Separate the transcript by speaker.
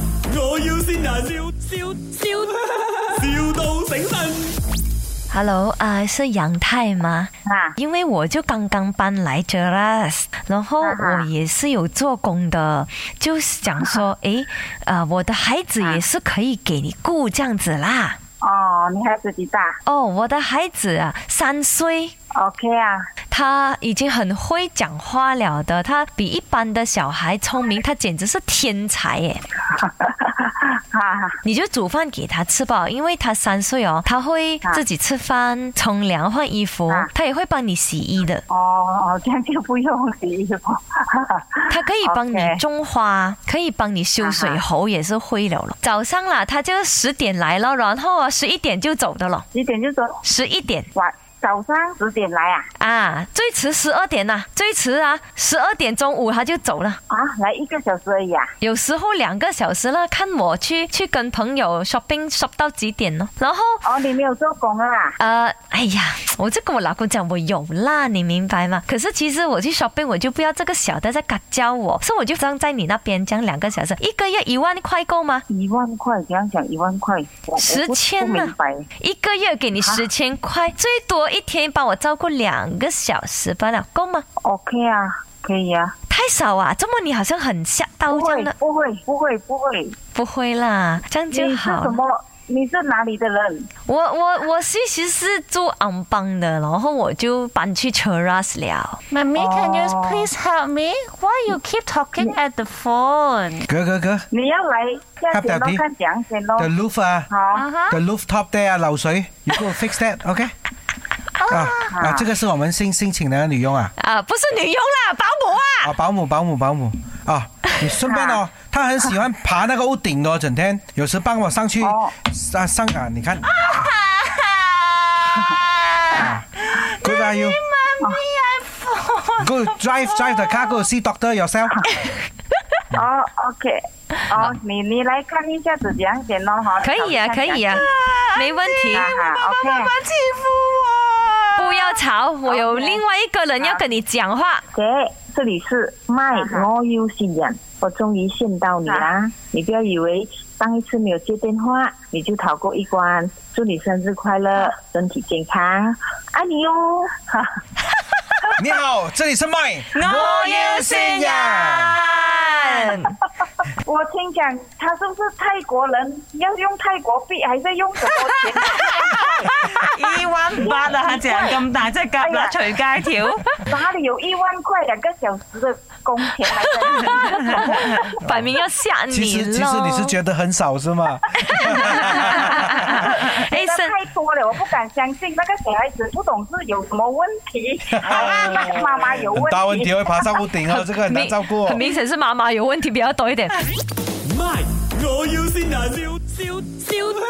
Speaker 1: 要先人，笑笑笑，, 笑到醒神。
Speaker 2: Hello，啊、是杨太吗？
Speaker 3: 啊，
Speaker 2: 因为我就刚刚搬来 j e r a s 然后
Speaker 3: 啊哈
Speaker 2: 我也是有做工的，就是讲
Speaker 3: 啊
Speaker 2: 说，诶，呃，我的孩子也是可以给你雇这样子啦。
Speaker 3: 哦，你孩子几大
Speaker 2: 哦，我的孩子啊，三岁，
Speaker 3: ？OK 啊，
Speaker 2: 他已经很会讲话了的，他比一般的小孩聪明，他简直是天才耶！
Speaker 3: 哈哈，
Speaker 2: 你就煮饭给他吃吧，因为他三岁哦，他会
Speaker 3: 啊
Speaker 2: 自己吃饭、冲凉、换衣服
Speaker 3: 啊，
Speaker 2: 他也会帮你洗衣的，
Speaker 3: 哦，哦，这样就不用洗衣服，哈哈，
Speaker 2: 他可以帮你
Speaker 3: OK
Speaker 2: 种花，可以帮你修水喉，也是会了咯。早上啦，他就十点来了，然后啊十一点就走的了，
Speaker 3: 几点就走？
Speaker 2: 十一点
Speaker 3: 晚早上十点来啊？
Speaker 2: 啊，最迟十二点呐、最迟啊十二点中午他就走了。
Speaker 3: 啊，来一个小时而已啊？
Speaker 2: 有时候两个小时了，看我去去跟朋友 shopping shop 到几点呢？然后
Speaker 3: 哦，你没有做工啊？
Speaker 2: 呃，哎呀，我就跟我老公讲我有啦，你明白吗？可是其实我去 shopping 我就不要这个小的在嘎教我，所以我就这样在你那边讲两个小时，一个月一万块够吗？
Speaker 3: 一万块，怎样讲一万块？我我不
Speaker 2: 十千啊
Speaker 3: 不
Speaker 2: 呢
Speaker 3: 明白。
Speaker 2: 一个月给你
Speaker 3: 啊
Speaker 2: 十千块，最多一天帮我照顾两个小时罢了，够吗？
Speaker 3: OK 啊，可以啊。
Speaker 2: 太少啊！这么你好像很吓到
Speaker 3: 不
Speaker 2: 哦这
Speaker 3: 会
Speaker 2: 样的，，
Speaker 3: 不会，不会，不会。
Speaker 2: 不会啦，这样就
Speaker 3: 你是
Speaker 2: 好
Speaker 3: 什
Speaker 2: 了。
Speaker 3: 么？你是哪里的人？
Speaker 2: 我我我是其实是住昂邦的，然后我就搬去 Cheras 了。
Speaker 4: Mummy, can you
Speaker 3: Oh.
Speaker 4: please help me? Why you keep talking at the phone?
Speaker 5: 哥哥哥，
Speaker 3: 你要来下
Speaker 5: 他
Speaker 3: 先
Speaker 5: 表
Speaker 3: 咯
Speaker 5: 弟，
Speaker 3: 看讲先咯
Speaker 5: the。roof 啊
Speaker 3: 好，
Speaker 4: Uh-huh.
Speaker 5: ，the rooftop there 啊，漏水，you à, go fix Ờ, that，OK？啊啊，这个是我们新新请的女佣啊，
Speaker 2: 啊，不是女佣啦，保姆啊，
Speaker 5: 啊，保姆保姆保姆啊，你顺便哦，她很喜欢爬那个屋顶的哦，整天有时帮我上去
Speaker 3: 哦
Speaker 5: 啊上啊，你看，Good Ờ. are you？
Speaker 4: Mummy, I fall.
Speaker 5: Go drive drive the car go see doctor yourself。
Speaker 3: 哦，OK，哦，你你来看一下子讲先 咯，哈。
Speaker 2: 可以啊，
Speaker 3: 找一下
Speaker 2: 可以啊，没问题。
Speaker 3: 讲先。哈
Speaker 4: 哎妈
Speaker 3: 哈
Speaker 4: 妈欺负
Speaker 3: 啊
Speaker 4: 我。
Speaker 2: 不要吵，我有
Speaker 3: OK
Speaker 2: 另外一个人要跟你讲话。
Speaker 6: 姐，这里是麦，
Speaker 4: 啊
Speaker 6: 我有新人，我终于见到你啦！你不要以为上一次没有接电话你就逃过一关。祝你生日快
Speaker 4: 啊
Speaker 6: 乐，身体健康，爱你哟！哈哈
Speaker 5: 你好，这里是麦，
Speaker 4: 我要新人。
Speaker 3: ，OK。我听讲他是不是泰国人？要用泰国币还是用什 么钱？
Speaker 4: 二揾八啊，下隻人咁大，即係夾
Speaker 2: 啊
Speaker 4: 乸隨街跳。
Speaker 3: 哪里有一万块两个小时的工钱来在里面？
Speaker 2: 摆明要吓你
Speaker 5: 其实其实你是觉得很少是吗？
Speaker 2: 得， 哎，
Speaker 3: 那
Speaker 2: 生
Speaker 3: 太多了，我不敢相信那个小孩子不懂是有什么问题， 还是那个妈妈有
Speaker 5: 很
Speaker 3: 问
Speaker 5: 大问
Speaker 3: 题
Speaker 5: 题。会爬上屋顶哦，这个很难照顾哦。
Speaker 2: 很明显是妈妈有问题比较多一点。
Speaker 1: My，我要先人，笑笑笑，